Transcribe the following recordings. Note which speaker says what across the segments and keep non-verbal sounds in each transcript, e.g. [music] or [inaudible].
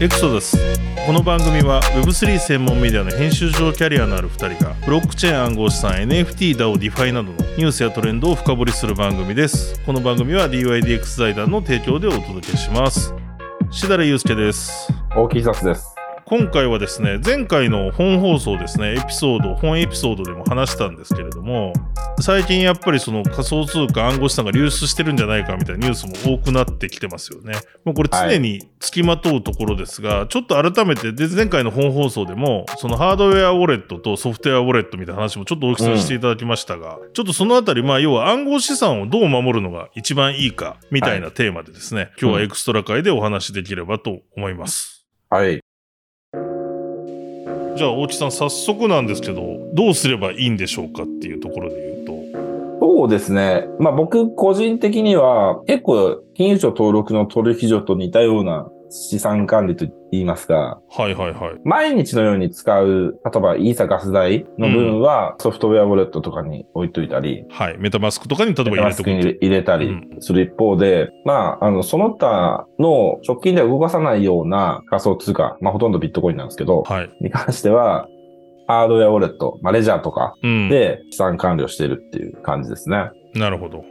Speaker 1: エクソですこの番組は Web3 専門メディアの編集上キャリアのある2人がブロックチェーン暗号資産 NFT、DAO、DeFi などのニュースやトレンドを深掘りする番組ですこの番組は DYDX 財団の提供でお届けしますしだれゆうすけです
Speaker 2: 大木久志です。
Speaker 1: 今回はですね前回の本放送ですねエピソード本エピソードでも話したんですけれども最近やっぱりその仮想通貨暗号資産が流出してるんじゃないかみたいなニュースも多くなってきてますよねもうこれ常につきまとうところですが、ちょっと改めてで前回の本放送でもそのハードウェアウォレットとソフトウェアウォレットみたいな話もちょっと大きさんしていただきましたが、ちょっとそのあたりまあ要は暗号資産をどう守るのが一番いいかみたいなテーマでですね、今日はエクストラ会でお話しできればと思います、
Speaker 2: はい。
Speaker 1: じゃあ大木さん早速なんですけどどうすればいいんでしょうかっていうところで言うと
Speaker 2: そうですね。まあ僕個人的には結構金融庁登録の取引所と似たような資産管理と言いますか、
Speaker 1: はいはいはい
Speaker 2: 毎日のように使う、例えばイーサガス代の分はソフトウェアウォレットとかに置いといたり、
Speaker 1: はいメタマスクとかに例えば入
Speaker 2: マ
Speaker 1: れて
Speaker 2: ス
Speaker 1: く
Speaker 2: クに
Speaker 1: る
Speaker 2: 入れたりする一方で、まあ、あの、その他の直近では動かさないような仮想通貨、まあほとんどビットコインなんですけど、
Speaker 1: はい
Speaker 2: に関しては、ハードウェアウォレット、まあレジャーとか
Speaker 1: うん
Speaker 2: で資産管理をしているっていう感じですね。
Speaker 1: なるほど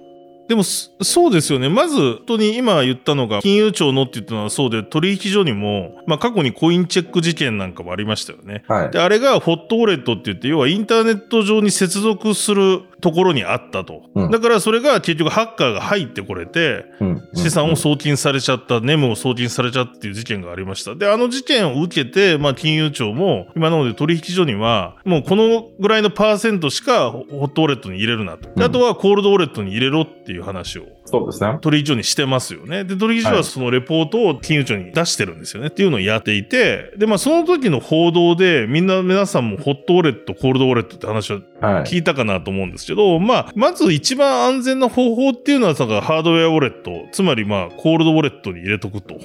Speaker 1: でもそそうですよねまず本当に今言ったのが金融庁のって言ったのはそうで取引所にも、まあ、過去にコインチェック事件なんかもありましたよね
Speaker 2: はい
Speaker 1: で。あれがホットウォレットって言って要はインターネット上に接続するところにあったと、
Speaker 2: うん
Speaker 1: だからそれが結局ハッカーが入ってこれて
Speaker 2: うん
Speaker 1: 資産
Speaker 2: うん
Speaker 1: を送金されちゃった、ネムを送金されちゃったっていう事件がありました。で、あの事件を受けて、まあ、金融庁も、今なので取引所には、もうこのぐらいのパーセントしかホホットウォレットに入れるなと。で
Speaker 2: うん
Speaker 1: あとはコールドウォレットに入れろっていう話を。
Speaker 2: そうですね。
Speaker 1: 取引所にしてますよね。で、取引所
Speaker 2: は
Speaker 1: はいそのレポートを金融庁に出してるんですよね。っていうのをやっていて、で、まあ、その時の報道で、みんな、皆さんもホットウォレット、コールドウォレットって話を
Speaker 2: はい。
Speaker 1: 聞いたかなと思うんですけど、まあ、まず一番安全な方法っていうのは、なんかハードウェアウォレット、つまりまあ、コールドウォレットに入れとくと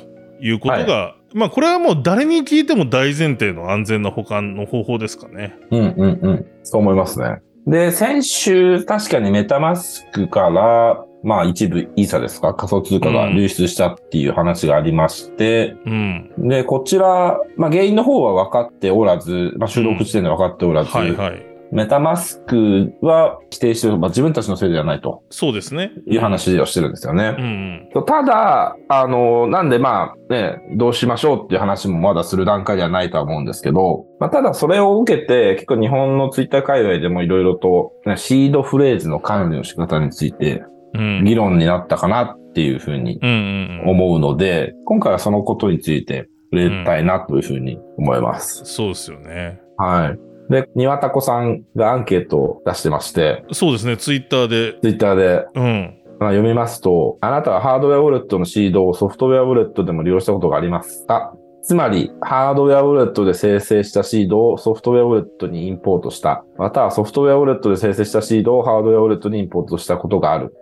Speaker 1: いうことが、まあ、これはもう誰に聞いても大前提の安全な保管の方法ですかね。
Speaker 2: うんうんうん。そう思いますね。で、先週、確かにメタマスクから、まあ一部イーサですか、仮想通貨が流出したっていう話がありまして、
Speaker 1: うん。
Speaker 2: で、こちら、まあ原因の方は分かっておらず、まあ収録時点で分かっておらず、
Speaker 1: はいはい。
Speaker 2: メタマスクは規定してる、まあ自分たちのせいではないと
Speaker 1: そうですね。
Speaker 2: いう話をしてるんですよね。
Speaker 1: うん
Speaker 2: ただ、あの、なんでまあね、どうしましょうっていう話もまだする段階ではないとは思うんですけど、まあただそれを受けて、結構日本のツイッター界隈でもいろいろと、ねシードフレーズの管理の仕方について
Speaker 1: うん。うん。
Speaker 2: 議論になったかなっていうふうに
Speaker 1: うんうんうん。
Speaker 2: 思うので、今回はそのことについて触れたいなというふうに思います。
Speaker 1: そうですよね。
Speaker 2: はい。で、にわたこさんがアンケートを出してまして、
Speaker 1: そうですね。ツイッターで。
Speaker 2: ツイッターで
Speaker 1: うん。
Speaker 2: まあ、読みますと、あなたはハードウェアウォレットのシードをソフトウェアウォレットでも利用したことがありますかつまり、ハードウェアウォレットで生成したシードをソフトウェアウォレットにインポートした。またはソフトウェアウォレットで生成したシードをハードウェアウォレットにインポートしたことがある。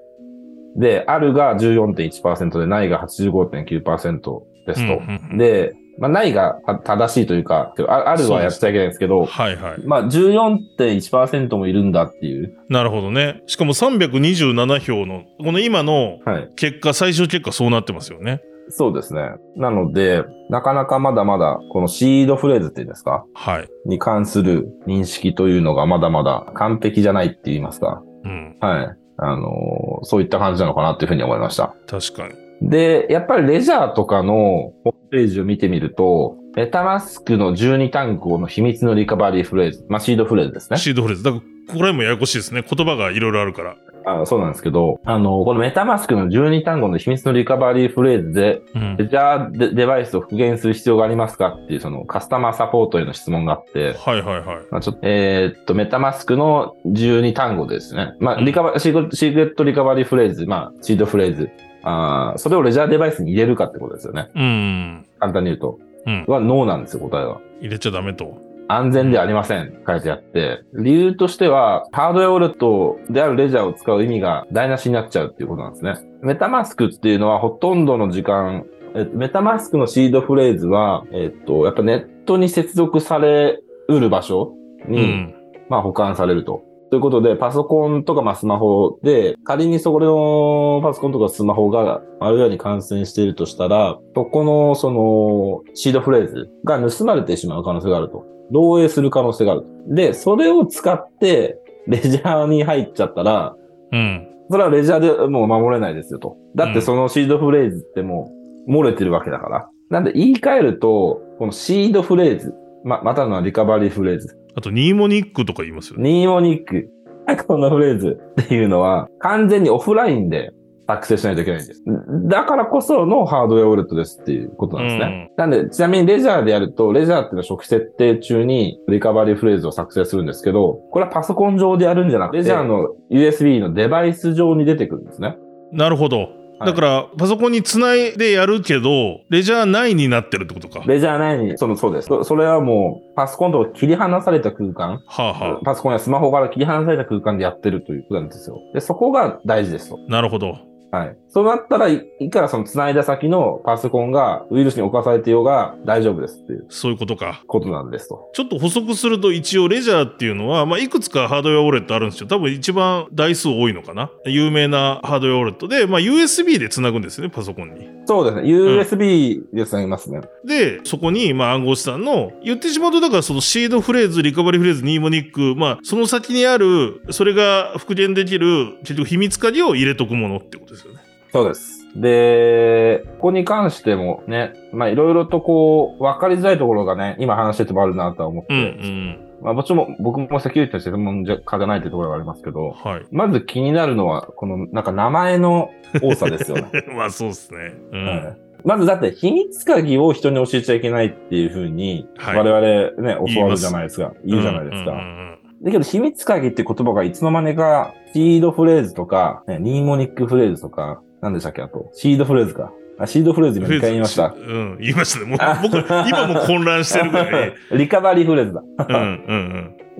Speaker 2: で、あるが14.1%で、ないが85.9%ですと。
Speaker 1: うんうんうん
Speaker 2: で、まあ、ないがた正しいというか、ああるはやっちゃいけないんですけど、
Speaker 1: はいはい。
Speaker 2: まあ、14.1%もいるんだっていう。
Speaker 1: なるほどね。しかも327票の、この今の
Speaker 2: はい。
Speaker 1: 結果、最終結果そうなってますよね。
Speaker 2: そうですね。なので、なかなかまだまだ、このシードフレーズっていうんですか
Speaker 1: はい。
Speaker 2: に関する認識というのがまだまだ完璧じゃないって言いますか。
Speaker 1: うん。
Speaker 2: はい。あのーそういった感じなのかなっていうふうに思いました。
Speaker 1: 確かに。
Speaker 2: で、やっぱりレジャーとかのホームページを見てみると、メタマスクの12単語の秘密のリカバリーフレーズ、まあ、シードフレーズですね。
Speaker 1: シードフレーズ。だから、これもややこしいですね。言葉がいろいろあるから。
Speaker 2: あそうなんですけど、あのーこのメタマスクの12単語の秘密のリカバリーフレーズで、
Speaker 1: うん
Speaker 2: レジャーデデバイスを復元する必要がありますかっていうそのカスタマーサポートへの質問があって、
Speaker 1: はいはいはい。
Speaker 2: まあ、ちょっと、えーっと、メタマスクの12単語ですね。まあ、リカバシークレシークレットリカバリーフレーズ、まあ、シードフレーズ。あーそれをレジャーデバイスに入れるかってことですよね。
Speaker 1: うん。
Speaker 2: 簡単に言うと。
Speaker 1: うん。
Speaker 2: は、ノーなんですよ、答えは。
Speaker 1: 入れちゃダメと。
Speaker 2: 安全ではありません。って書いてあって。理由としては、ハードウェアウォレットであるレジャーを使う意味が台無しになっちゃうっていうことなんですね。メタマスクっていうのはほとんどの時間、えっとメタマスクのシードフレーズは、えっと、やっぱネットに接続されうる場所
Speaker 1: う
Speaker 2: に、
Speaker 1: ん。
Speaker 2: まあ保管されると。ということで、パソコンとかまあスマホで、仮にそこのパソコンとかスマホがマルウェアに感染しているとしたら、そこのそのシードフレーズが盗まれてしまう可能性があると。漏洩する可能性があると。で、それを使ってレジャーに入っちゃったら、
Speaker 1: うん。
Speaker 2: それはレジャーでもう守れないですよと。だっ
Speaker 1: う
Speaker 2: て
Speaker 1: ん
Speaker 2: そのシードフレーズってもう漏れてるわけだから。なんで言い換えると、このシードフレーズ、ま、またのはリカバリーフレーズ。
Speaker 1: あと、ニーモニックとか言いますよね。
Speaker 2: ニーモニック。このフレーズっていうのは、完全にオフラインで作成しないといけないんです。だからこそのハードウェアウォレットですっていうことなんですね。なんで、ちなみにレジャーでやると、レジャーっていうのは初期設定中にリカバリーフレーズを作成するんですけど、これはパソコン上でやるんじゃなくて、レジャーの USB のデバイス上に出てくるんですね。
Speaker 1: なるほど。
Speaker 2: はい
Speaker 1: だから、パソコンにつないでやるけど、レジャー内になってるってことか。は
Speaker 2: レジャー内に、その、そうです。そそれはもう、パソコンと切り離された空間、
Speaker 1: あは
Speaker 2: パソコンやスマホから切り離された空間でやってるということなんですよ。で、そこが大事ですと。
Speaker 1: あ。なるほど。
Speaker 2: はい。そうなったらい、いくらその繋いだ先のパソコンがウイルスに侵されてようが大丈夫ですっていう
Speaker 1: そういうことか。
Speaker 2: ことなんですと。
Speaker 1: ちょっと補足すると一応レジャーっていうのは、まあ、いくつかハードウェアウォレットあるんですよ多分一番台数多いのかな有名なハードウェアウォレットで、まあ、USB でつなぐんですねパソコンに。
Speaker 2: そうですね。USB で繋ぎますね。
Speaker 1: でそこに、まあ、暗号資産の言ってしまうとだからそのシードフレーズリカバリーフレーズニーモニック、まあ、その先にあるそれが復元できる結局秘密鍵を入れとくものってことですよね。
Speaker 2: そうです。で、ここに関してもね、まあいろいろとこう、わかりづらいところがね、今話しててもあるなとは思って、
Speaker 1: うんうん。
Speaker 2: まあもちろん僕もセキュリティとして専門家じゃないというところがありますけど、
Speaker 1: はい。 [laughs]
Speaker 2: まず気になるのは、このなんか名前の多さですよね。
Speaker 1: まあそうですね。うん。
Speaker 2: はいまずだって秘密鍵を人に教えちゃいけないっていうふうに、
Speaker 1: はい
Speaker 2: 我々ね、
Speaker 1: 言います
Speaker 2: 教わるじゃないですか。言うじゃないですか。
Speaker 1: うんうんうんうん
Speaker 2: だけど秘密鍵って言葉がいつの間にか、シードフレーズとか、ね、ニーモニックフレーズとか、何でしたっけあと、シードフレーズか。あシードフレーズ今2回言いました
Speaker 1: フ。レーズうん、言いましたね。もう
Speaker 2: あ
Speaker 1: 僕、今も混乱してるぐらい。
Speaker 2: [laughs] リカバリーフレーズだ。
Speaker 1: うん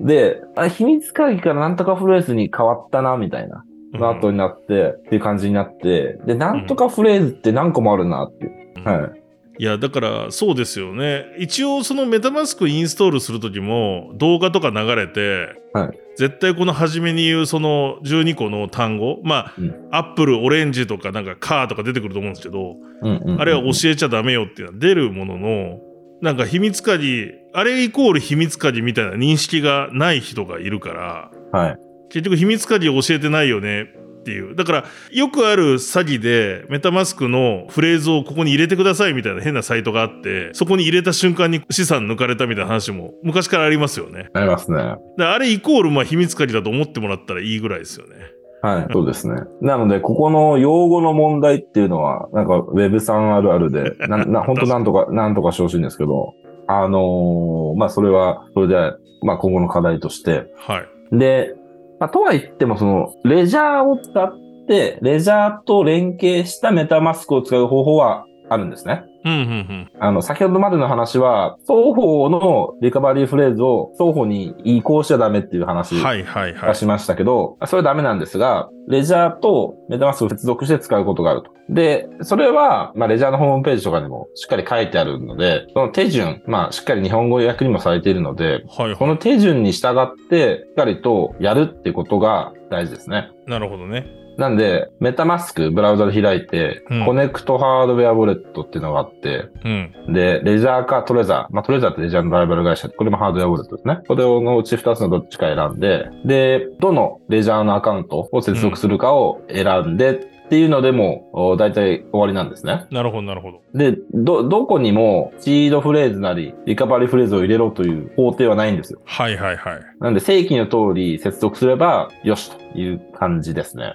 Speaker 1: うん
Speaker 2: で、あ秘密鍵からなんとかフレーズに変わったな、みたいな。
Speaker 1: うん。
Speaker 2: の後になって、っていう感じになって、で、なんとかフレーズって何個もあるな、っていう。
Speaker 1: うん
Speaker 2: はい。
Speaker 1: いやだからそうですよね一応そのメタマスクインストールする時も動画とか流れて、
Speaker 2: はい
Speaker 1: 絶対この初めに言うその12個の単語まあ、
Speaker 2: うん
Speaker 1: アップルオレンジとかなんかカーとか出てくると思うんですけど、
Speaker 2: うんうんうん
Speaker 1: あれは教えちゃダメよっていうのは出るもののなんか秘密鍵あれイコール秘密鍵みたいな認識がない人がいるから
Speaker 2: はい。
Speaker 1: 結局秘密鍵を教えてないよねっていうだからよくある詐欺でメタマスクのフレーズをここに入れてくださいみたいな変なサイトがあってそこに入れた瞬間に資産抜かれたみたいな話も昔からありますよね
Speaker 2: ありますね。
Speaker 1: だからあれイコールまあ秘密鍵だと思ってもらったらいいぐらいですよね
Speaker 2: はい、そうですね。なので、ここの用語の問題っていうのは、なんか Web さんあるあるで、な、な、本当なんとか、なんとかしてほしいんですけど、あのーまあ、それは、それで、まあ、今後の課題として。
Speaker 1: はい
Speaker 2: で、まあ、とは言っても、その、レジャーを使って、レジャーと連携したメタマスクを使う方法はあるんですね。
Speaker 1: うんうん
Speaker 2: あの、先ほどまでの話は、双方のリカバリーフレーズを双方に移行しちゃダメっていう話
Speaker 1: うんはいはいは
Speaker 2: はいしましたけど、それはダメなんですが、レジャーとメタマスクを接続して使うことがあると。で、それは、まあ、レジャーのホームページとかにもしっかり書いてあるので、その手順、まあ、しっかり日本語訳にもされているので、
Speaker 1: はい
Speaker 2: こ
Speaker 1: は
Speaker 2: の手順に従って、しっかりとやるってことが大事ですね。
Speaker 1: いなるほどね
Speaker 2: なんで、メタマスク、ブラウザで開いて、
Speaker 1: うん
Speaker 2: コネクトハードウェアウォレットっていうのがあって、
Speaker 1: うん
Speaker 2: で、レジャーかトレザー。まあ、トレザーってレジャーのライバル会社。これもハードウェアウォレットですね。これのうち2つのどっちか選んで、で、どのレジャーのアカウントを接続するかを選んで、っていうのでも、お大体終わりなんですね。
Speaker 1: なるほどなるほど
Speaker 2: で、ど、どこにも、シードフレーズなり、リカバリーフレーズを入れろという工程はないんですよ。
Speaker 1: はいはいはい
Speaker 2: なんで、正規の通り接続すれば、よし、という感じですね。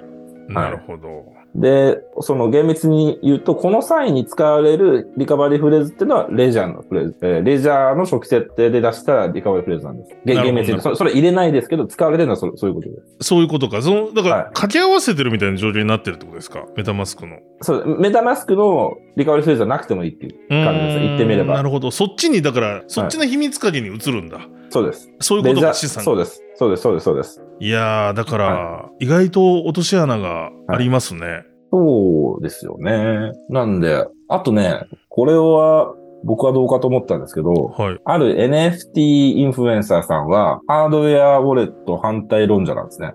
Speaker 1: なるほど、
Speaker 2: で、その厳密に言うと、この際に使われるリカバリーフレーズっていうのは、レジャーのフレーズ、えーレジャーの初期設定で出したリカバリーフレーズなんです。げ
Speaker 1: なるほど
Speaker 2: 厳密に言うとそれ。それ入れないですけど、使われてるのはそれそういうことです。
Speaker 1: そういうことかそのだから
Speaker 2: はい
Speaker 1: 掛け合わせてるみたいな状況になってるってことですかメタマスクの
Speaker 2: そう、メタマスクのリカバリーフレーズはなくてもいいっていう感じですね。言ってみれ
Speaker 1: うーんな
Speaker 2: ば。
Speaker 1: るほど。そっちに、だから、そっちの秘密鍵に移るんだ。
Speaker 2: そうです。
Speaker 1: そういう
Speaker 2: レ
Speaker 1: こと
Speaker 2: ジャ
Speaker 1: が
Speaker 2: ー、
Speaker 1: 資産。
Speaker 2: そうです。そうです、そうです、そうです。
Speaker 1: いやー、だから、意外と落とし穴がありますね。
Speaker 2: そうですよね。なんで、あとね、これは、僕はどうかと思ったんですけど、
Speaker 1: はい。
Speaker 2: ある NFT インフルエンサーさんは、ハードウェアウォレット反対論者なんですね。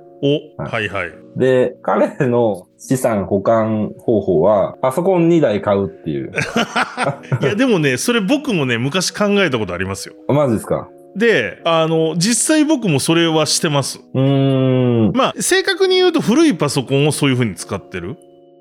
Speaker 1: お、は、
Speaker 2: はい
Speaker 1: はい。
Speaker 2: で、彼の資産保管方法は、パソコン2台買うっ
Speaker 1: [laughs]
Speaker 2: ていう。
Speaker 1: いや、で [laughs] もね、それ僕もね、昔考えたことありますよ。
Speaker 2: マジですか
Speaker 1: で、あの、実際僕もそれはしてます。
Speaker 2: うーん。
Speaker 1: まあ、正確に言うと古いパソコンをそういう風に使ってる。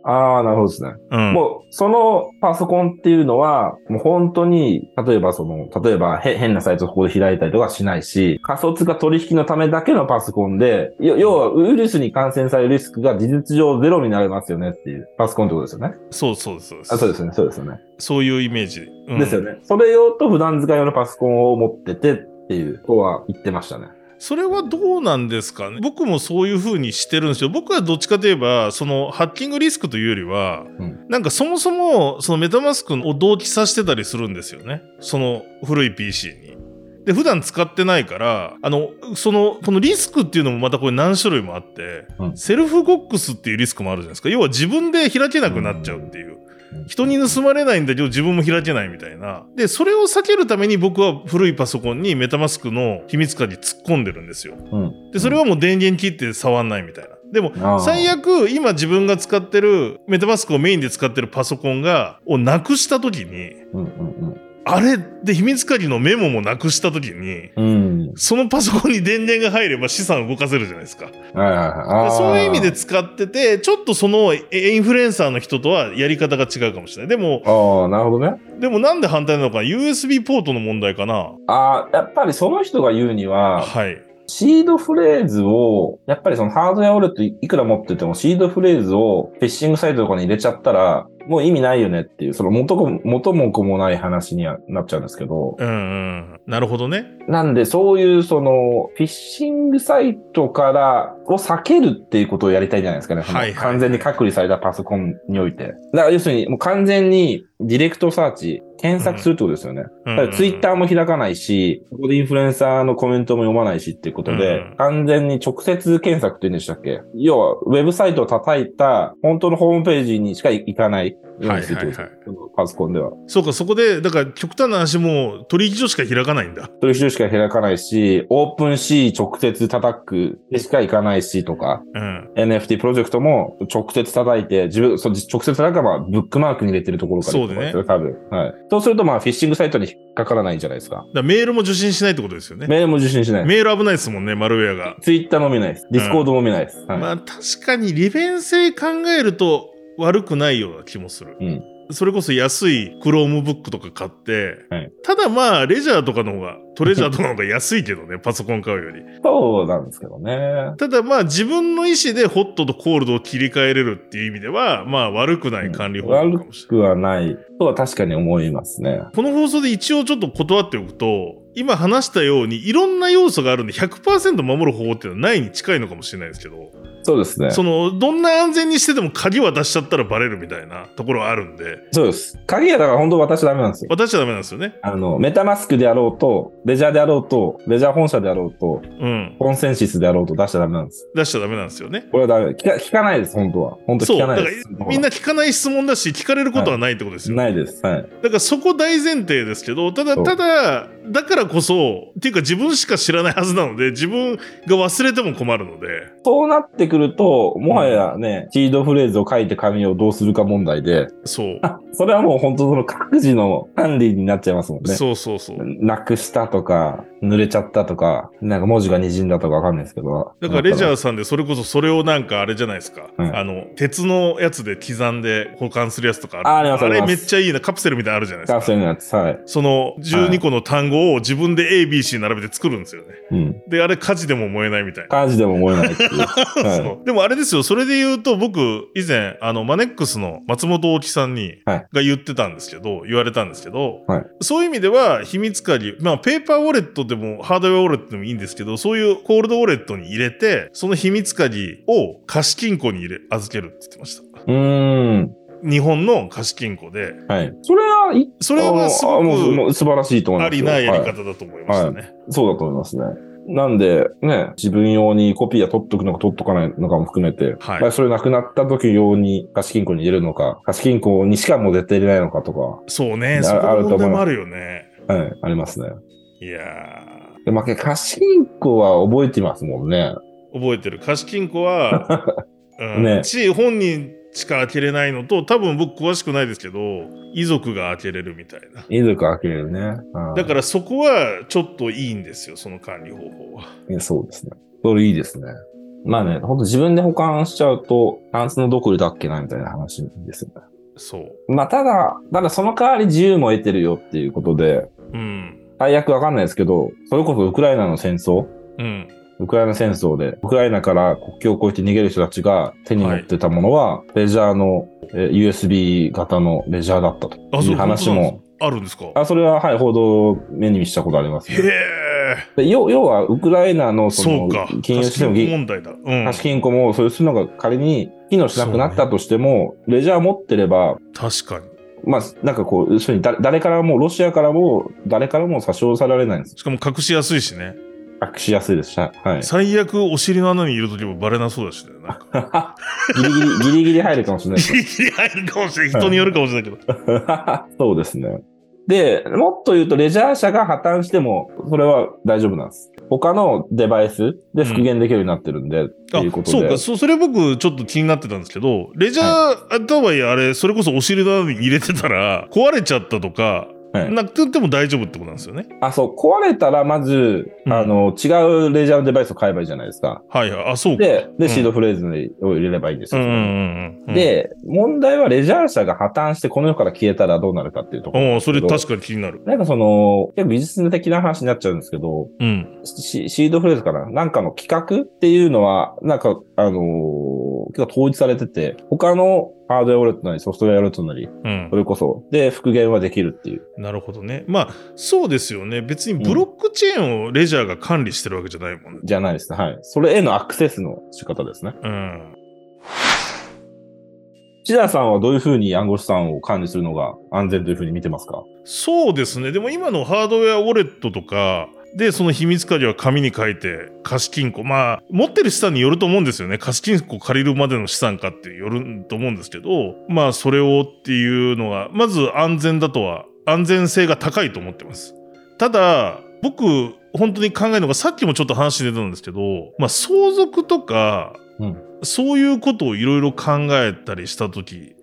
Speaker 2: ああ、なるほどですね。
Speaker 1: うん。
Speaker 2: もう、そのパソコンっていうのは、もう本当に、例えばその、例えばへ変なサイトをここで開いたりとかしないし、仮想通貨取引のためだけのパソコンで、よ要はウイルスに感染されるリスクが事実上ゼロになりますよねっていうパソコンってことですよね。
Speaker 1: そうそうそうです
Speaker 2: あそうですよね、そうですよね。
Speaker 1: そういうイメージ。うん
Speaker 2: ですよね。それ用と普段使い用のパソコンを持っててっていうことは言ってましたね。
Speaker 1: それはどうなんですかね僕もそういう風にしてるんですよ。僕はどっちかといえば、そのハッキングリスクというよりは、
Speaker 2: うん
Speaker 1: なんかそもそもそのメタマスクを同期させてたりするんですよね。その古い PC に。で、普段使ってないから、あの、その、このリスクっていうのもまたこれ何種類もあって、
Speaker 2: うん
Speaker 1: セルフゴックスっていうリスクもあるじゃないですか。要は自分で開けなくなっちゃうっていう。人に盗まれないんだけど自分も開けないみたいな。で、それを避けるために僕は古いパソコンにメタマスクの秘密鍵突っ込んでるんですよ。
Speaker 2: うん。
Speaker 1: で、それはもう電源切って触んないみたいな。でも、
Speaker 2: あー
Speaker 1: 最悪、今自分が使ってる、メタマスクをメインで使ってるパソコンが、をなくした時に、
Speaker 2: うんうん
Speaker 1: あれで秘密鍵のメモもなくした時に、
Speaker 2: うん。うん。
Speaker 1: そのパソコンに電源が入れば資産動かせるじゃないですか。
Speaker 2: はいはいはい。あ
Speaker 1: で
Speaker 2: ー
Speaker 1: そういう意味で、使ってて、ちょっとそのえインフルエンサーの人とはやり方が違うかもしれない。でも、
Speaker 2: ああ、なるほどね。
Speaker 1: でもなんで反対なのか、USB ポートの問題かな。
Speaker 2: ああ、やっぱりその人が言うには、
Speaker 1: はい。
Speaker 2: シードフレーズを、やっぱりそのハードウェアウォレットいくら持ってても、シードフレーズをフィッシングサイトとかに入れちゃったら、もう意味ないよねっていう、その元も元も子もない話にはなっちゃうんですけど、
Speaker 1: うんうん。なるほどね。
Speaker 2: なんでそういうその、フィッシングサイトからを避けるっていうことをやりたいじゃないですかね。その
Speaker 1: はいはい
Speaker 2: 完全に隔離されたパソコンにおいて。だから要するに、もう完全にディレクトサーチ、検索するってことですよね。
Speaker 1: うんうん
Speaker 2: ツイッターも開かないし、ここでインフルエンサーのコメントも読まないしっていうことで、
Speaker 1: うん
Speaker 2: 完全に直接検索って言うんでしたっけ要は、ウェブサイトを叩いた、本当のホームページにしか行かないようにするってことです
Speaker 1: はいはいはい
Speaker 2: そのパソコンでは。
Speaker 1: そうか、そこで、だから極端な話もう取引所しか開かないんだ。
Speaker 2: 取引所しか開かないし、オープンシー直接叩くでしか行かないしとか、
Speaker 1: うん。
Speaker 2: NFT プロジェクトも直接叩いて、自分、そう直接叩くまあブックマークに入れてるところから行くとかですよね、多分。はい。そうするとまあフィッシングサイトに引っかからないじゃないですか
Speaker 1: だ。からメールも受信しないってことですよね。
Speaker 2: メールも受信しない。
Speaker 1: メール危ないですもんね、マルウェアが。
Speaker 2: ツイッターも見ないです。ディスコードも見ないです。はい
Speaker 1: まあ確かに利便性考えると悪くないような気もする。
Speaker 2: うん
Speaker 1: それこそ安い Chromebook とか買って、
Speaker 2: はい
Speaker 1: ただまあレジャーとかの方が、トレジャーとかの方が安いけどね、パソコン買うより。
Speaker 2: そうなんですけどね。
Speaker 1: ただまあ自分の意思でホットとコールドを切り替えれるっていう意味では、まあ悪くない管理方法かもしれない
Speaker 2: 悪。くはないとは確かに思いますね。
Speaker 1: この放送で一応ちょっと断っておくと、今話したようにいろんな要素があるんで100%守る方法っていうのはないに近いのかもしれないですけど、
Speaker 2: そうですね。
Speaker 1: そ
Speaker 2: そ
Speaker 1: の、どんな安全にしてても鍵渡しちゃったらバレるみたいなところはあるんで、
Speaker 2: うです。鍵はだから本当私ダメなんですよ。
Speaker 1: 渡しちゃダメなんですよね。
Speaker 2: あの、メタマスクであろうと、レジャーであろうと、レジャー本社であろうと、
Speaker 1: うん。
Speaker 2: コンセンシスであろうと出しちゃダメなんです。
Speaker 1: 出しちゃダメなんですよね。
Speaker 2: これはダメ。聞か聞かないです、本当は。本当
Speaker 1: そう。
Speaker 2: 聞か
Speaker 1: だか
Speaker 2: ない
Speaker 1: ら
Speaker 2: です。
Speaker 1: みんな聞かない質問だし、聞かれることはないってことですよね
Speaker 2: ないです。はい。
Speaker 1: だからそこ大前提ですけど、ただ、
Speaker 2: そう
Speaker 1: ただ、だからこそ、っていうか自分しか知らないはずなので、自分が忘れても困るので、
Speaker 2: そうなってくると、もはやね、シードフレーズを書いて紙をどうするか問題で、 [laughs]
Speaker 1: そう。
Speaker 2: あそれはもう本当その各自の管理になっちゃいますもんね。
Speaker 1: そうそうそう。
Speaker 2: なくしたとか、濡れちゃったとか、なんか文字が滲んだとかわかんないですけど。
Speaker 1: だからレジャ
Speaker 2: ー
Speaker 1: ーさんでそれこそそれをなんかあれじゃないですか。
Speaker 2: うん
Speaker 1: あの、鉄のやつで刻んで保管するやつとかある。
Speaker 2: あありますあり
Speaker 1: れ
Speaker 2: ます
Speaker 1: めっちゃいいな。カプセルみたいなのあるじゃないです
Speaker 2: カ
Speaker 1: か。
Speaker 2: プセルのやつ、はい。
Speaker 1: その12個の単語を自分で ABC 並べて作るんですよね。
Speaker 2: うん。
Speaker 1: で、あれ火事でも燃えないみたいな。
Speaker 2: 火事でも燃えないっ
Speaker 1: [laughs]
Speaker 2: ていう。は
Speaker 1: そうでもあれですよ、それで言うと僕、以前、あの、マネックスの松本大木さんに、
Speaker 2: はい
Speaker 1: が言ってたんですけど、言われたんですけど、
Speaker 2: はい
Speaker 1: そういう意味では、秘密鍵、まあ、ペーパーウォレットでも、ハードウェアウォレットでもいいんですけど、そういうコールドウォレットに入れて、その秘密鍵を貸金庫に入れ、預けるって言ってました。
Speaker 2: い。うーん。
Speaker 1: 日本の貸金庫で、
Speaker 2: はい。それは、い
Speaker 1: それはす
Speaker 2: あもうも
Speaker 1: ご
Speaker 2: う素晴らしいと
Speaker 1: く
Speaker 2: 思
Speaker 1: あ
Speaker 2: いま
Speaker 1: り
Speaker 2: すよ。
Speaker 1: ないやり
Speaker 2: はい
Speaker 1: 方だと思いましたね。
Speaker 2: そうだと思いますね。なんで、ね、自分用にコピーは取っとくのか取っとかないのかも含めて、
Speaker 1: はい
Speaker 2: まあそれなくなった時用に貸金庫に入れるのか、貸金庫にしかもう絶対入れないのかとか、
Speaker 1: そうね、
Speaker 2: あ
Speaker 1: そこ
Speaker 2: ある
Speaker 1: の問
Speaker 2: と
Speaker 1: 題
Speaker 2: 思い
Speaker 1: も
Speaker 2: ます
Speaker 1: あるよね。
Speaker 2: はい、ありますね。
Speaker 1: いや
Speaker 2: で、まあ、け貸金庫は覚えてますもんね。
Speaker 1: ー、覚えてる。貸金庫は、
Speaker 2: [laughs]
Speaker 1: うん
Speaker 2: ね
Speaker 1: ち本人しか開けれないのと、多分僕詳しくないですけど、遺族が開けれるみたいな。
Speaker 2: 遺族開けるね。うん
Speaker 1: だからそこはちょっといいんですよ、その管理方法は。
Speaker 2: いやそうですね。それいいですね。まあね、ほんと自分で保管しちゃうと、タンスのどこにだっけなみたいな話ですよね。
Speaker 1: そう。
Speaker 2: まあ、ただ、ただその代わり自由も得てるよっていうことで、
Speaker 1: うん。
Speaker 2: 最悪わかんないですけど、それこそウクライナの戦争
Speaker 1: うん。
Speaker 2: ウクライナ戦争で、ウクライナから国境を越えて逃げる人たちが手に持ってたものは、レジャーの、えー USB 型のレジャーだったと
Speaker 1: あ、
Speaker 2: い
Speaker 1: そう
Speaker 2: う話も。。
Speaker 1: 本当なんですあるんですか
Speaker 2: あ、それは、はい、報道を目にしたことありますね、
Speaker 1: へえ。
Speaker 2: で要要は、ウクライナのそ
Speaker 1: そう
Speaker 2: の
Speaker 1: か。
Speaker 2: 金融システム、
Speaker 1: 貸金庫問題だ。うん。
Speaker 2: 貸金庫も、そういうのが仮に機能しなくなったとしても、レジャー持ってれば、
Speaker 1: 確かに。
Speaker 2: まあ、なんかこう、要するに誰誰からも、ロシアからも、誰からも差し押さえられないんです。
Speaker 1: しかも隠しやすいしね。
Speaker 2: 隠しやすいですし、は
Speaker 1: [laughs]
Speaker 2: い。
Speaker 1: 最悪お尻の穴にいるときもバレなそうだしね。なんか
Speaker 2: ギリギリ、ギリギリ入るかもしれないです
Speaker 1: ギ。リギリ入るかもし [laughs] れない。人によるかもしれないけど。
Speaker 2: [laughs] そうですね。で、もっと言うと、レジャー社が破綻しても、それは大丈夫なんです。他のデバイスで復元できるようになってるんで、っていうこ
Speaker 1: あ
Speaker 2: と
Speaker 1: そう
Speaker 2: で。
Speaker 1: かそう、それ僕ちょっと気になってたんですけど、レジャー、あとはいえあれ、それこそお尻の穴に入れてたら、壊れちゃったとか、
Speaker 2: はい
Speaker 1: なくても大丈夫ってことなんですよね。
Speaker 2: あ、そう、壊れたら、まず、
Speaker 1: うん
Speaker 2: あの、違うレジャーのデバイスを買えばいいじゃないですか。
Speaker 1: はいはい。あ、そうか。
Speaker 2: で、
Speaker 1: うん
Speaker 2: で、シードフレーズを入れればいいんです
Speaker 1: うん
Speaker 2: よ。
Speaker 1: う
Speaker 2: それに
Speaker 1: んうんうん。、
Speaker 2: で、問題はレジャー社が破綻してこの世から消えたらどうなるかっていうところ。
Speaker 1: おーそれ確かに気になる。
Speaker 2: なんかその、結構技術的な話になっちゃうんですけど、
Speaker 1: うん。
Speaker 2: シシードフレーズかななんかの企画っていうのは、なんか、あのー結構統一されてて、他のハードウェアウォレットなりソフトウェアウォレットなり、
Speaker 1: うん
Speaker 2: そ。れこそ、で、復元はできるっていう。
Speaker 1: なるほどね。まあ、そうですよね。別にブロックチェーンをレジャーが管理してるわけじゃないもんね。
Speaker 2: じゃないですね。はい。それへのアクセスの仕方ですね。
Speaker 1: うん。
Speaker 2: 千田さんはどういうふうに暗号資産を管理するのが安全というふうに見てますか
Speaker 1: そうですね。でも今のハードウェアウォレットとか、で、その秘密鍵は紙に書いて、貸金庫。まあ、持ってる資産によると思うんですよね。貸金庫借りるまでの資産かってよると思うんですけど、まあ、それをっていうのが、まず安全だとは、安全性が高いと思ってます。ただ、僕、本当に考えるのが、さっきもちょっと話出たんですけど、まあ、相続とか、
Speaker 2: うん
Speaker 1: そういうことをいろいろ考えたりしたとき、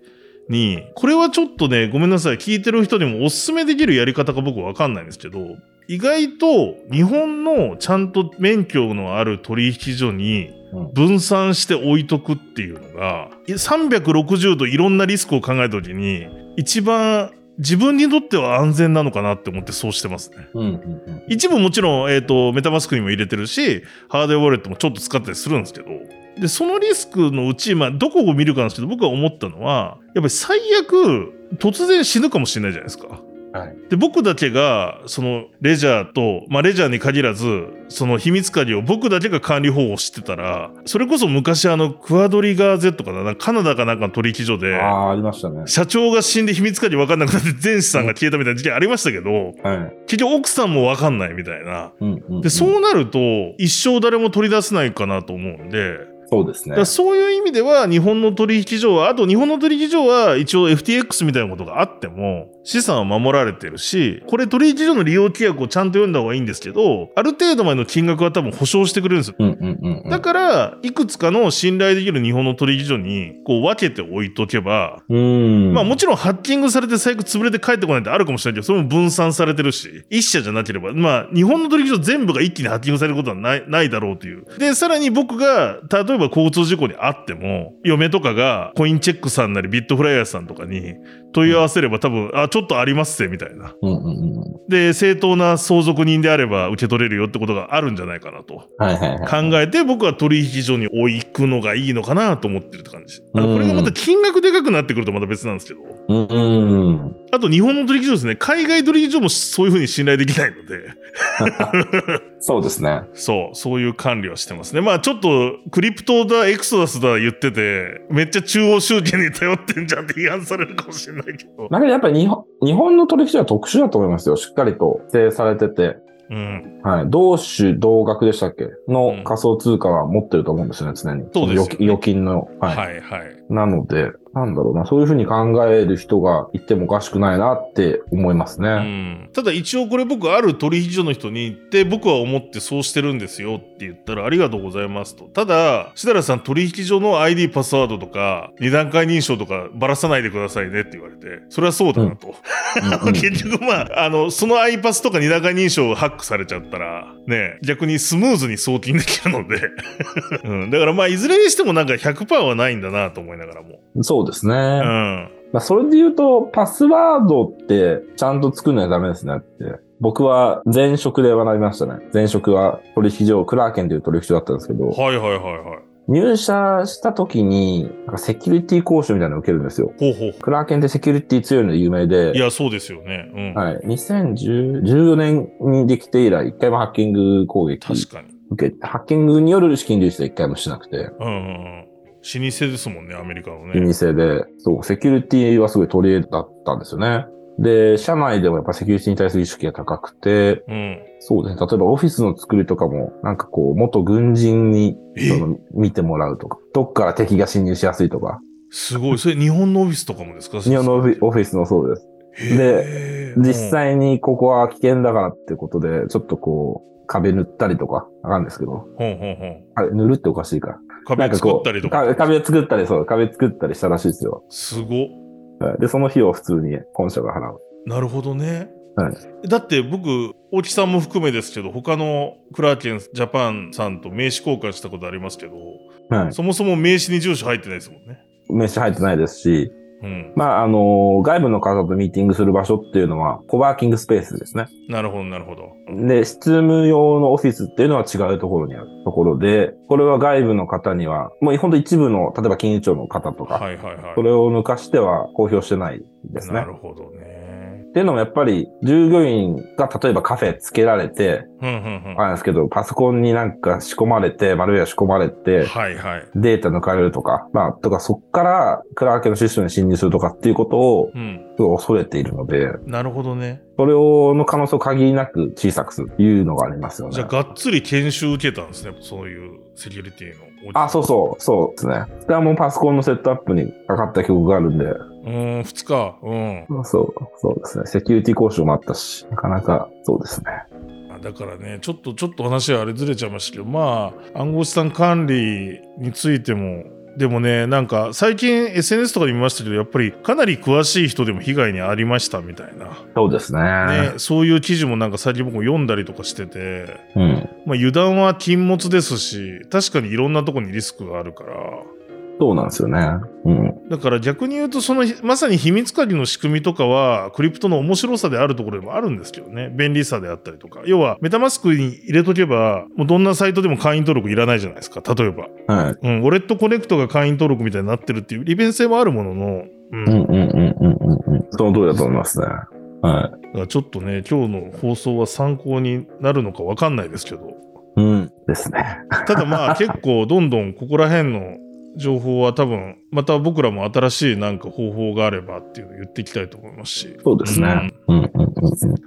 Speaker 1: に、これはちょっとね、ごめんなさい、聞いてる人にもおすすめできるやり方か僕わかんないんですけど、意外と日本のちゃんと免許のある取引所に
Speaker 2: うん
Speaker 1: 分散して置いとくっていうのが、い360度いろんなリスクを考えた時に、一番自分にとっては安全なのかなって思ってそうしてますね。
Speaker 2: うん、うん、
Speaker 1: 一部もちろん、えっ、と、メタマスクにも入れてるし、ハードウェアウォレットもちょっと使ったりするんですけど、で、そのリスクのうち、まあ、どこを見るかなんですけど、僕が思ったのは、やっぱり最悪、突然死ぬかもしれないじゃないですか。
Speaker 2: はい
Speaker 1: で、僕だけが、その、レジャーと、まあ、レジャーに限らず、その秘密鍵を僕だけが管理方法を知ってたら、それこそ昔、あの、クアドリガー Z かな、なんかカナダかなんかの取引所
Speaker 2: うん。
Speaker 1: で、
Speaker 2: ああ、ありましたね。
Speaker 1: 社長が死んで秘密鍵分かんなくなって全資産が消えたみたいな事件ありましたけど、
Speaker 2: はい。
Speaker 1: 結局奥さんも分かんないみたいな。
Speaker 2: うん、うん。
Speaker 1: で、
Speaker 2: うん
Speaker 1: そうなると、一生誰も取り出せないかなと思うんで、
Speaker 2: そうです
Speaker 1: だ
Speaker 2: ね
Speaker 1: から。そういう意味では、日本の取引所は、あと日本の取引所は、一応 FTX みたいなことがあっても、資産は守られてるし、これ取引所の利用規約をちゃんと読んだ方がいいんですけど、ある程度までの金額は多分保証してくれるんですよ。
Speaker 2: うん、うん、うんうん。
Speaker 1: だから、いくつかの信頼できる日本の取引所に、こう分けて置いとけば、
Speaker 2: うん。
Speaker 1: まあもちろんハッキングされて最悪潰れて帰ってこないってあるかもしれないけど、それも分散されてるし、一社じゃなければ、まあ日本の取引所全部が一気にハッキングされることはないないだろうという。で、さらに僕が、例えば交通事故にあっても、嫁とかがコインチェックさんなりビットフライヤーさんとかに問い合わせれば多分、あ、ちょっとありますぜ、みたいな。
Speaker 2: うん、うん、うん。
Speaker 1: で、正当な相続人であれば受け取れるよってことがあるんじゃないかなと。
Speaker 2: はい、はい、はい。
Speaker 1: 考えて僕は取引所に置くのがいいのかなと思ってるって感じ。あのこれがまた金額でかくなってくるとまた別なんですけど。
Speaker 2: うん、うん。
Speaker 1: あと日本の取引所ですね。海外取引所もそういうふうに信頼できないので、
Speaker 2: そうですね。
Speaker 1: そう、そういう管理はしてますね。まあちょっと、クリプトだ、エクソダスだ言ってて、めっちゃ中央集権に頼ってんじゃんって批判されるかもしれないけど。
Speaker 2: だけどやっぱり日本日本の取引所は特殊だと思いますよ。しっかりと規制されてて。
Speaker 1: うん。
Speaker 2: はい。同種同額でしたっけの仮想通貨は持ってると思うんですよね、常に。
Speaker 1: そうですよね
Speaker 2: 預金預金の。はい。
Speaker 1: はいはい。
Speaker 2: なので、なんだろうな、そういうふうに考える人がいてもおかしくないなって思います
Speaker 1: う
Speaker 2: ね。
Speaker 1: ん、ただ一応これ僕ある取引所の人に言って僕は思ってそうしてるんですよって言ったらありがとうございますとただ設楽さん取引所の ID パスワードとか二段階認証とかばらさないでくださいねって言われてそれはそうだなと、
Speaker 2: うんうん
Speaker 1: 結局まあ、あの、その iPass とか二段階認証をハックされちゃったら、ね、逆にスムーズに送金できるので、 [laughs] うん、だからまあ、いずれにしてもなんか100%はないんだなと思いながらも。
Speaker 2: そうですね。
Speaker 1: うん。
Speaker 2: まあ、それで言うと、パスワードってちゃんと作んないとダメですねって。僕は前職で学びましたね。前職は取引所、クラーケンという取引所だったんですけど、
Speaker 1: はいはいはいはい。
Speaker 2: 入社した時に、なんかセキュリティ講習みたいなの受けるんですよ。
Speaker 1: ほうほうほ
Speaker 2: クラーケンってセキュリティ強いので有名で
Speaker 1: う。い、や、そうですよね。うん。
Speaker 2: はい。2014年にできて以来、一回もハッキング攻撃
Speaker 1: 確かに。
Speaker 2: 受け、ハッキングによる資金流出は一回もしなくて、
Speaker 1: うんうんうん。老舗ですもんね、アメリカの
Speaker 2: 老
Speaker 1: ね。
Speaker 2: 舗で、そう、セキュリティはすごい取り入れだったんですよね。で、社内でもやっぱセキュリティに対する意識が高くて、
Speaker 1: うん。
Speaker 2: そうですね。例えばオフィスの作りとかも、なんかこう、元軍人に
Speaker 1: え
Speaker 2: その見てもらうとか、どっから敵が侵入しやすいとか、
Speaker 1: すごい。それ日本のオフィスとかもですか
Speaker 2: 日本のオフィオフィスのそうです。
Speaker 1: へー
Speaker 2: 実際にここは危険だからってことで、ちょっとこう、壁塗ったりとか、わかんないですけど、
Speaker 1: うんほんほんほん。
Speaker 2: あれ、塗るっておかしいか。な
Speaker 1: 壁
Speaker 2: んか
Speaker 1: 作
Speaker 2: こう、
Speaker 1: ったりとか。
Speaker 2: 壁作ったり、そう、壁作ったりしたらしいですよ。
Speaker 1: すごっ。
Speaker 2: はいで、その費用を普通に本社が払う。
Speaker 1: なるほどね。
Speaker 2: は
Speaker 1: だって僕、大木さんも含めですけど、他のクラーケンジャパンさんと名刺交換したことありますけど、
Speaker 2: はい。
Speaker 1: そもそも名刺に住所入ってないですもんね。
Speaker 2: 名刺入ってないですし、
Speaker 1: うん。
Speaker 2: まあ、あの、外部の方とミーティングする場所っていうのは、コワーキングスペースですね。
Speaker 1: なるほど、なるほど。
Speaker 2: で、執務用のオフィスっていうのは違うところにあるところで、これは外部の方には、もうほんと一部の、例えば金融庁の方とか、
Speaker 1: はいはいはい。
Speaker 2: それを抜かしては公表してないです
Speaker 1: な
Speaker 2: ね。
Speaker 1: るほどね。
Speaker 2: っていうのもやっぱり、従業員が例えばカフェつけられて、
Speaker 1: うんうんうん。
Speaker 2: あれですけど、パソコンになんか仕込まれて、マルウェア仕込まれて、
Speaker 1: はいはい。
Speaker 2: データ抜かれるとか、まあ、とか、そっから、クラーケのシステムに侵入するとかっていうことを、
Speaker 1: うん。
Speaker 2: すごい恐れているので、
Speaker 1: なるほどね。
Speaker 2: それを、の可能性を限りなく小さくするというのがありますよ
Speaker 1: じゃあ、
Speaker 2: ね。
Speaker 1: がっつり研修受けたんですね。そういうセキュリティの。
Speaker 2: あ、そうそう、そうですね。それはもうパソコンのセットアップにかかった曲があるんで、
Speaker 1: う。うん、2日。うん。
Speaker 2: そう、そうですね。セキュリティ講習もあったし、なかなか、そうですね。
Speaker 1: あだからねちょっとちょっと話はあれずれちゃいましたけどまあ暗号資産管理についてもでもねなんか最近 SNS とかで見ましたけどやっぱりかなり詳しい人でも被害にありましたみたいな、
Speaker 2: そうですね。
Speaker 1: ね、そういう記事もなんか最近僕も読んだりとかしてて、
Speaker 2: うん。
Speaker 1: まあ、油断は禁物ですし確かにいろんなとこにリスクがあるから。
Speaker 2: そうなんですよね。うん。
Speaker 1: だから逆に言うとそのまさに秘密鍵の仕組みとかはクリプトの面白さであるところでもあるんですけどね便利さであったりとか要はメタマスクに入れとけばもうどんなサイトでも会員登録いらないじゃないですか例えば、
Speaker 2: はい。
Speaker 1: うん、ウォレットコネクトが会員登録みたいになってるっていう利便性もあるものの、うん
Speaker 2: うん
Speaker 1: だ
Speaker 2: うんうんうんうんうん。その通りだと思いますね。は
Speaker 1: からちょっとね今日の放送は参考になるのかわかんないですけど
Speaker 2: い。うん。ですね。
Speaker 1: ただ [laughs] まあ結構どんどんここら辺の情報は多分また僕らも新しいなんか方法があればっていうのを言っていきたいと思いますし
Speaker 2: そうですね。うんうんうんうん。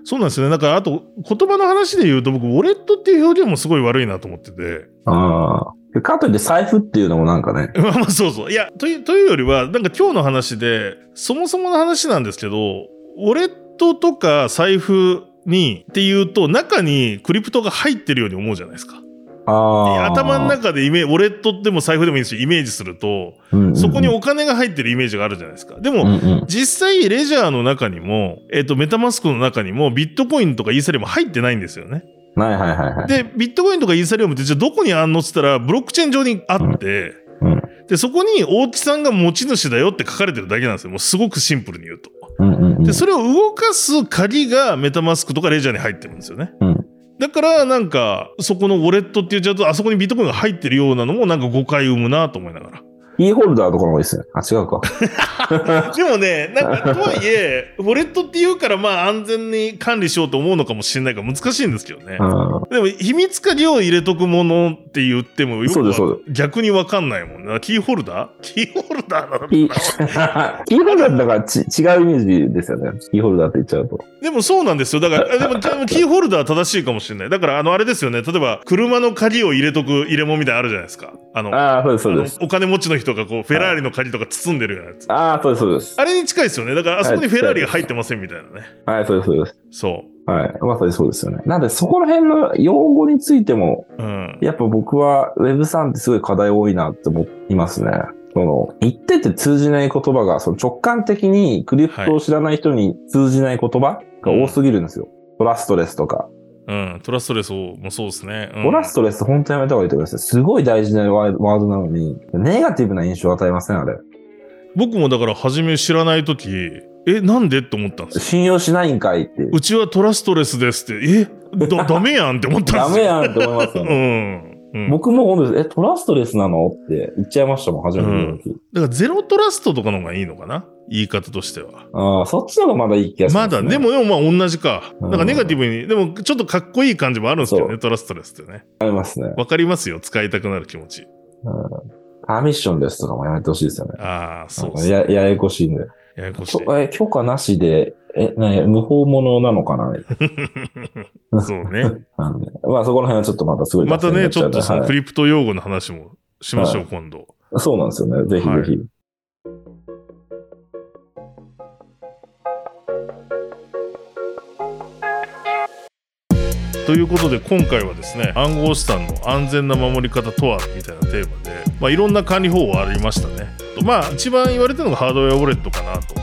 Speaker 1: そうなんですよね。なんか、あと、言葉の話で言うと、僕、ウォレットっていう表現もすごい悪いなと思ってて。 [laughs]
Speaker 2: ああ。かといって財布っていうのもなんかね。
Speaker 1: まあまあ、そうそう。いや、という、というよりは、なんか今日の話で、そもそもの話なんですけど、ウォレットとか財布にっていうと、中にクリプトが入ってるように思うじゃないですか。
Speaker 2: ああ。
Speaker 1: 頭の中でイメージ、ウォレットでも財布でもいいですよ、イメージすると、
Speaker 2: 中
Speaker 1: そこにお金が入ってるイメージがあるじゃないですか。でも、
Speaker 2: うんうん。
Speaker 1: 実際、レジャーの中にも、えっ、と、メタマスクの中にも、ビットコインとかイーサリアム入ってないんですよね。
Speaker 2: はいはいはいはい。
Speaker 1: で、ビットコインとかイーサリアムって、じゃあどこにあんのって言ったら、ブロックチェーン上にあって、
Speaker 2: うんうん
Speaker 1: で、そこに大木さんが持ち主だよって書かれてるだけなんですよ。もうすごくシンプルに言うと。
Speaker 2: うんうんうん。
Speaker 1: で、それを動かす鍵がメタマスクとかレジャーに入ってるんですよね。
Speaker 2: うん
Speaker 1: だから、なんか、そこのウォレットって言っちゃうと、あそこにビットコインが入ってるようなのも、なんか誤解を生むなと思いながら。
Speaker 2: キーホルダーとかの方がいいですね。あ、違うか。
Speaker 1: [laughs] でもね、なんかとはいえ、ウォレットっていうからまあ安全に管理しようと思うのかもしれないから難しいんですけどね。
Speaker 2: う
Speaker 1: でも秘密鍵を入れとくものって言ってもよく
Speaker 2: そう
Speaker 1: わ
Speaker 2: ですそう
Speaker 1: 逆にわかんないもんな。キーホルダーキーホルダーなの
Speaker 2: ん。
Speaker 1: か
Speaker 2: キー
Speaker 1: な
Speaker 2: キー [laughs] ホルダーだからち違うイメージですよね。キーホルダーって言っちゃうと。
Speaker 1: でもそうなんですよ。だから、
Speaker 2: [laughs]
Speaker 1: あでも、でもキーホルダー正しいかもしれない。だから、あの、あれですよね。例えば、車の鍵を入れとく入れ物みたいなのあるじゃないですか。あの、
Speaker 2: ああ、そうです、そうです。
Speaker 1: あのお金持ちの人がこう、フェラーリの鍵とか包んでるようなやつ。
Speaker 2: ああ、そうです、そうです。
Speaker 1: あれに近いですよね。だから、あそこにフェラーリが入ってませんみたいなね。
Speaker 2: はい、そうです、そうです。
Speaker 1: そ
Speaker 2: はい。まさにそうですよね。なんで、そこら辺の用語についても、
Speaker 1: う。うん。
Speaker 2: やっぱ僕は Web3 ってすごい課題多いなって思いますね。その、言ってて通じない言葉が、その直感的にクリプトを知らない人に通じない言葉が多すぎるんですよ。トラストレスとか。
Speaker 1: うん。トラストレスもそうですね。うん
Speaker 2: トラストレス本当やめた方がいいと思います。すごい大事なワーワードなのに、ネガティブな印象を与えません、あれ。
Speaker 1: 僕もだから、初め知らないとき、え、なんでって思ったんですよ。
Speaker 2: 信用しないんかいっていう。
Speaker 1: うちはトラストレスですって、え、
Speaker 2: [laughs]
Speaker 1: だ、ダメやんって思った
Speaker 2: ダ
Speaker 1: んです
Speaker 2: メ
Speaker 1: よ。
Speaker 2: やんって思いますよね。
Speaker 1: うん。うん。
Speaker 2: 僕も本当です。え、トラストレスなのって言っちゃいましたもん、初めての時。
Speaker 1: だからゼロトラストとかの方がいいのかな言い方としては。
Speaker 2: ああ、そっちの方がまだいい気がしま、
Speaker 1: ます
Speaker 2: ね。
Speaker 1: だ、でも、でもまあ同じか。
Speaker 2: う
Speaker 1: なんんかネガティブに、でもちょっとかっこいい感じもあるんですけど
Speaker 2: そ
Speaker 1: ね、トラストレスってね。
Speaker 2: ありますね。
Speaker 1: わかりますよ、使いたくなる気持ち。
Speaker 2: パーミッションですとかもやめてほしいですよね。
Speaker 1: ああ、そう
Speaker 2: なん
Speaker 1: で
Speaker 2: か
Speaker 1: すね。
Speaker 2: やややこしいんで。
Speaker 1: ややこしい
Speaker 2: そ。え許可なしで、え、ね、無法者なのかな
Speaker 1: [laughs] そうね。
Speaker 2: なんでまあそこら辺はちょっとまたすごい
Speaker 1: また
Speaker 2: [laughs]
Speaker 1: ね、
Speaker 2: 脱
Speaker 1: ちょ
Speaker 2: 線
Speaker 1: っ
Speaker 2: にな
Speaker 1: と
Speaker 2: ちゃ
Speaker 1: そうの
Speaker 2: ね
Speaker 1: クリプト用語の話もしましょ
Speaker 2: は
Speaker 1: う、今度。
Speaker 2: はいそうなんですよね。ぜひぜひ。
Speaker 1: ということで今回はですね暗号資産の安全な守り方とはみたいなテーマで、まあ、いろんな管理方法ありましたねとまあ一番言われてるのがハードウェアウォレットかなと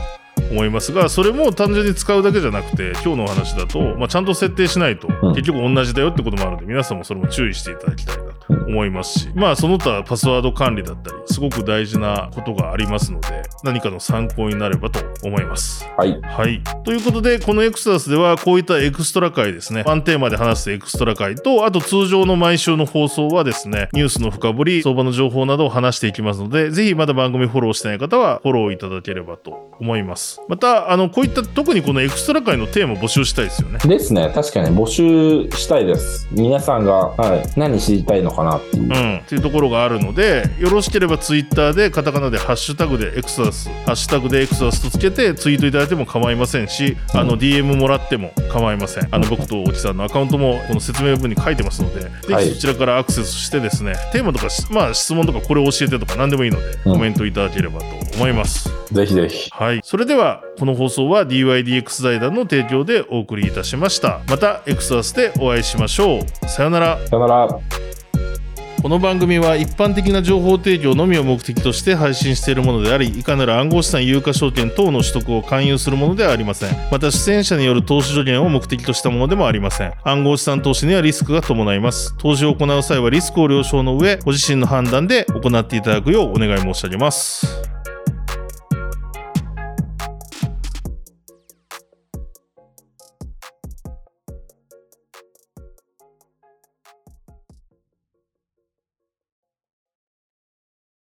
Speaker 1: 思いますがそれも単純に使うだけじゃなくて今日のお話だと、まあ、ちゃんと設定しないと
Speaker 2: うん
Speaker 1: 結局同じだよってこともあるので皆さんもそれも注意していただきたいなと思いますしまあその他パスワード管理だったりすごく大事なことがありますので何かの参考になればと思います。
Speaker 2: はい。
Speaker 1: はい。ということで、このエクストラスでは、こういったエクストラ回ですね、ワンテーマで話すエクストラ回と、あと通常の毎週の放送はですね、ニュースの深掘り、相場の情報などを話していきますので、ぜひまだ番組フォローしてない方は、フォローいただければと思います。また、あの、こういった、特にこのエクストラ回のテーマ募集したいですよね。
Speaker 2: ですね。確かに募集したいです。皆さんが、はい、何知りたいのかなっていう。
Speaker 1: うん、っていうところがあるのでよろしければツイッターでカタカナで「ハッシュタグでエクサス」「ハッシュタグでエクサス」とつけてツイートいただいても構いませんしあの DM もらっても構いませんあの僕と沖さんのアカウントもこの説明文に書いてますのでぜ
Speaker 2: はい
Speaker 1: ひそちらからアクセスしてですねテーマとかし、まあ、質問とかこれを教えてとか何でもいいので
Speaker 2: うん
Speaker 1: コメントいただければと思います、
Speaker 2: ぜひぜひ。
Speaker 1: はい。それでは、この放送は DYDX 財団の提供でお送りいたしました。また、エクサスでお会いしましょう。さよなら。
Speaker 2: さよなら。
Speaker 1: この番組は一般的な情報提供のみを目的として配信しているものでありいかなる暗号資産有価証券等の取得を勧誘するものではありませんまた出演者による投資助言を目的としたものでもありません暗号資産投資にはリスクが伴います投資を行う際はリスクを了承の上ご自身の判断で行っていただくようお願い申し上げます